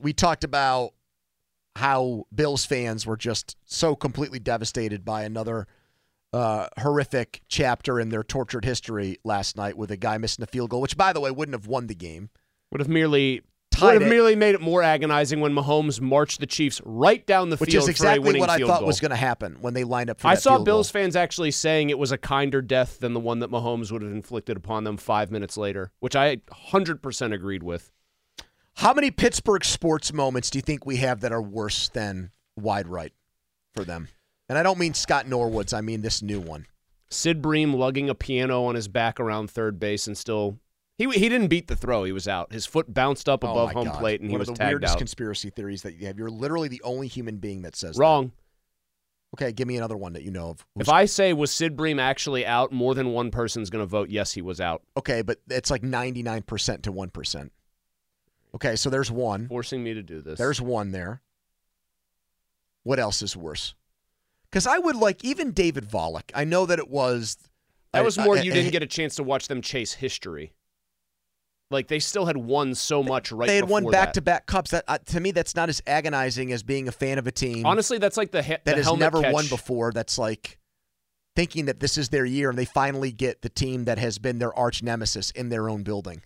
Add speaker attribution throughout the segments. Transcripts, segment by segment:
Speaker 1: we talked about how Bills fans were just so completely devastated by another uh, horrific chapter in their tortured history last night with a guy missing a field goal, which, by the way, wouldn't have won the game.
Speaker 2: Would have merely
Speaker 1: Tied
Speaker 2: would have
Speaker 1: it.
Speaker 2: merely made it more agonizing when Mahomes marched the Chiefs right down the
Speaker 1: Which
Speaker 2: field
Speaker 1: is
Speaker 2: for a
Speaker 1: exactly
Speaker 2: winning
Speaker 1: what I
Speaker 2: field
Speaker 1: thought
Speaker 2: goal.
Speaker 1: was going to happen when they lined up for
Speaker 2: I
Speaker 1: that
Speaker 2: saw
Speaker 1: field goal.
Speaker 2: Bills fans actually saying it was a kinder death than the one that Mahomes would have inflicted upon them five minutes later, which I 100% agreed with.
Speaker 1: How many Pittsburgh sports moments do you think we have that are worse than wide right for them? And I don't mean Scott Norwood's. I mean this new one.
Speaker 2: Sid Bream lugging a piano on his back around third base and still. He, he didn't beat the throw. He was out. His foot bounced up
Speaker 1: Oh
Speaker 2: above
Speaker 1: my
Speaker 2: home
Speaker 1: God.
Speaker 2: plate and
Speaker 1: one
Speaker 2: he was
Speaker 1: of the
Speaker 2: tagged
Speaker 1: weirdest
Speaker 2: out.
Speaker 1: conspiracy theories that you have. You're literally the only human being that says that.
Speaker 2: Wrong.
Speaker 1: Okay, give me another one that you know of.
Speaker 2: If I say was Sid Bream actually out, more than one person's going to vote yes, he was out,
Speaker 1: okay, but it's like 99% to 1%. Okay, so there's one.
Speaker 2: forcing me to do this.
Speaker 1: There's one there. What else is worse? Because I would like even David Volek. I know that it was.
Speaker 2: that was more you didn't get a chance to watch them chase history. Like they still had won so much right.
Speaker 1: They had won
Speaker 2: before that.
Speaker 1: back-to-back cups. That uh, to me, that's not as agonizing as being a fan of a team
Speaker 2: Honestly, that's like the, he-
Speaker 1: that
Speaker 2: the
Speaker 1: has
Speaker 2: helmet
Speaker 1: never
Speaker 2: catch.
Speaker 1: won before. That's like thinking that this is their year, and they finally get the team that has been their arch nemesis in their own building,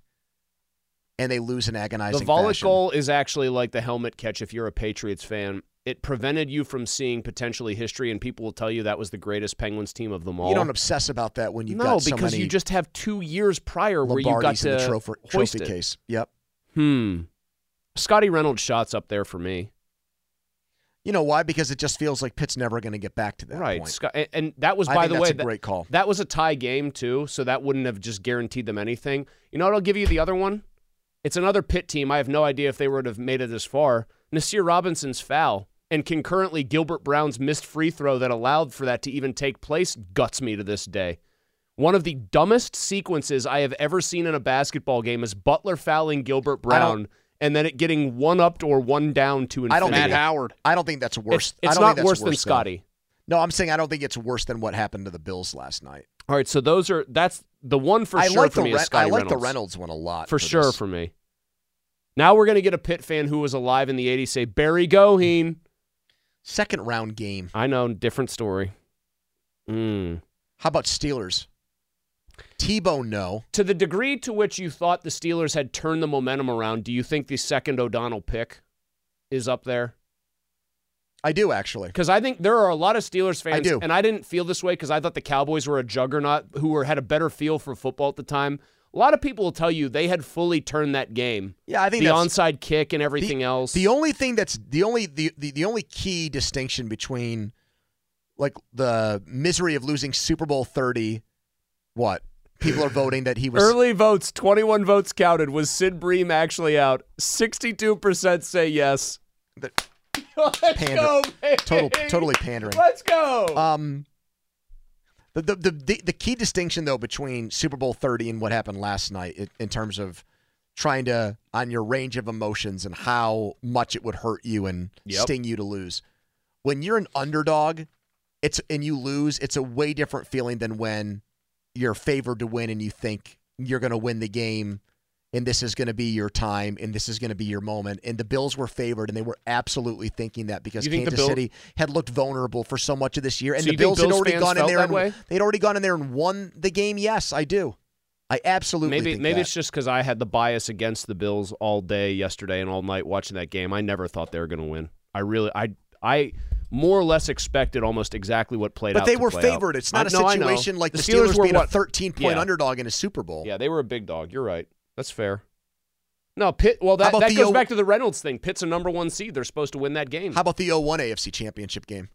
Speaker 1: and they lose in
Speaker 2: The
Speaker 1: agonizing.
Speaker 2: Volek
Speaker 1: fashion.
Speaker 2: goal is actually like the helmet catch if you're a Patriots fan. It prevented you from seeing potentially history, and people will tell you that was the greatest Penguins team of them all.
Speaker 1: You don't obsess about that when you've
Speaker 2: no,
Speaker 1: got so
Speaker 2: because
Speaker 1: many
Speaker 2: you just have two years prior where you got
Speaker 1: Lombardi's
Speaker 2: to
Speaker 1: in the trophy,
Speaker 2: hoist
Speaker 1: trophy
Speaker 2: it.
Speaker 1: case. Yep.
Speaker 2: Hmm. Scotty Reynolds shots up there for me.
Speaker 1: You know why? Because it just feels like Pitt's never going to get back to that
Speaker 2: right.
Speaker 1: point.
Speaker 2: Scott, and, and that was
Speaker 1: I
Speaker 2: by
Speaker 1: think
Speaker 2: the
Speaker 1: that's
Speaker 2: way
Speaker 1: a
Speaker 2: that-
Speaker 1: great call.
Speaker 2: That was a tie game too, so that wouldn't have just guaranteed them anything. You know what? I'll give you the other one. It's another pit team. I have no idea if they would have made it this far. Nasir Robinson's foul and concurrently Gilbert Brown's missed free throw that allowed for that to even take place guts me to this day. One of the dumbest sequences I have ever seen in a basketball game is Butler fouling Gilbert
Speaker 1: I don't-
Speaker 2: Brown and then it getting one up or one down to infinity.
Speaker 1: I don't
Speaker 3: Matt
Speaker 1: think-
Speaker 3: Howard.
Speaker 1: I don't think that's worse.
Speaker 2: It's, it's
Speaker 1: I don't think
Speaker 2: not
Speaker 1: that's
Speaker 2: worse than
Speaker 1: though.
Speaker 2: Scotty.
Speaker 1: No, I'm saying I don't think it's worse than what happened to the Bills last night.
Speaker 2: All right, so those are that's the one for
Speaker 1: I
Speaker 2: sure
Speaker 1: like
Speaker 2: for
Speaker 1: the
Speaker 2: me.
Speaker 1: Ren-
Speaker 2: is Scotty
Speaker 1: I like the Reynolds one a lot.
Speaker 2: for, sure
Speaker 1: this.
Speaker 2: for me. Now we're gonna get a Pitt fan who was alive in the '80s say Barry Goheen.
Speaker 1: Second round game.
Speaker 2: I know, different story. Mm.
Speaker 1: How about Steelers? Tebow, no.
Speaker 2: To the degree to which you thought the Steelers had turned the momentum around, do you think the second O'Donnell pick is up there?
Speaker 1: I do actually.
Speaker 2: Because I think there are a lot of Steelers fans,
Speaker 1: do.
Speaker 2: and I didn't feel this way because I thought the Cowboys were a juggernaut who were, had a better feel for football at the time. A lot of people will tell you they had fully turned that game,
Speaker 1: Yeah, I think
Speaker 2: the
Speaker 1: that's,
Speaker 2: onside kick and everything else.
Speaker 1: The only thing that's the only the, the, the only key distinction between like the misery of losing Super Bowl thirty, what? People are voting that he was
Speaker 2: Early votes, 21 votes counted. Was Sid Bream actually out? 62% say yes.
Speaker 1: The-
Speaker 2: Let's
Speaker 1: Pander-
Speaker 2: go, baby.
Speaker 1: total totally pandering.
Speaker 2: Let's go.
Speaker 1: Um the, the, the, the, the key distinction though between Super Bowl thirty and what happened last night in, in terms of trying to on your range of emotions and how much it would hurt you and
Speaker 2: Yep.
Speaker 1: sting you to lose. When you're an underdog, it's and you lose, it's a way different feeling than when you're favored to win and you think you're going to win the game and this is going to be your time and this is going to be your moment and the Bills were favored and they were absolutely thinking that because
Speaker 2: You think the
Speaker 1: Kansas
Speaker 2: Bill-
Speaker 1: City had looked vulnerable for so much of this year and
Speaker 2: So
Speaker 1: the
Speaker 2: you think
Speaker 1: Bills, had
Speaker 2: Bills
Speaker 1: already
Speaker 2: fans
Speaker 1: gone in
Speaker 2: felt
Speaker 1: there
Speaker 2: that
Speaker 1: and
Speaker 2: way?
Speaker 1: they'd already gone in there and won the game. Yes, I do. I absolutely
Speaker 2: maybe
Speaker 1: think
Speaker 2: maybe
Speaker 1: that.
Speaker 2: it's just because I had the bias against the Bills all day yesterday and all night watching that game. I never thought they were going to win. I really, I, I more or less expected almost exactly what played out.
Speaker 1: but they
Speaker 2: to
Speaker 1: were
Speaker 2: play out.
Speaker 1: favored. It's
Speaker 2: I
Speaker 1: not a
Speaker 2: know, I know.
Speaker 1: situation like the,
Speaker 2: Steelers,
Speaker 1: Steelers,
Speaker 2: were
Speaker 1: being
Speaker 2: what
Speaker 1: a 13 point
Speaker 2: Yeah.
Speaker 1: underdog in a Super Bowl.
Speaker 2: Yeah, they were a big dog. You're right. That's fair. No, Pitt. Well,
Speaker 1: How
Speaker 2: that,
Speaker 1: about
Speaker 2: that
Speaker 1: the
Speaker 2: goes
Speaker 1: O-
Speaker 2: back to the Reynolds thing. Pitt's a number one seed. They're supposed to win that game.
Speaker 1: How about the 01 AFC Championship game?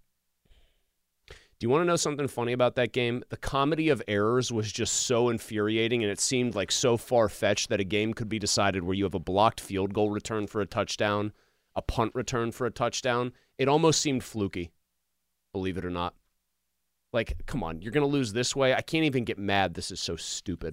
Speaker 2: Do you want to know something funny about that game? The comedy of errors was just so infuriating, and it seemed like so far fetched that a game could be decided where you have a blocked field goal return for a touchdown, a punt return for a touchdown. It almost seemed fluky, believe it or not. Like, come on, you're going to lose this way. I can't even get mad. This is so stupid.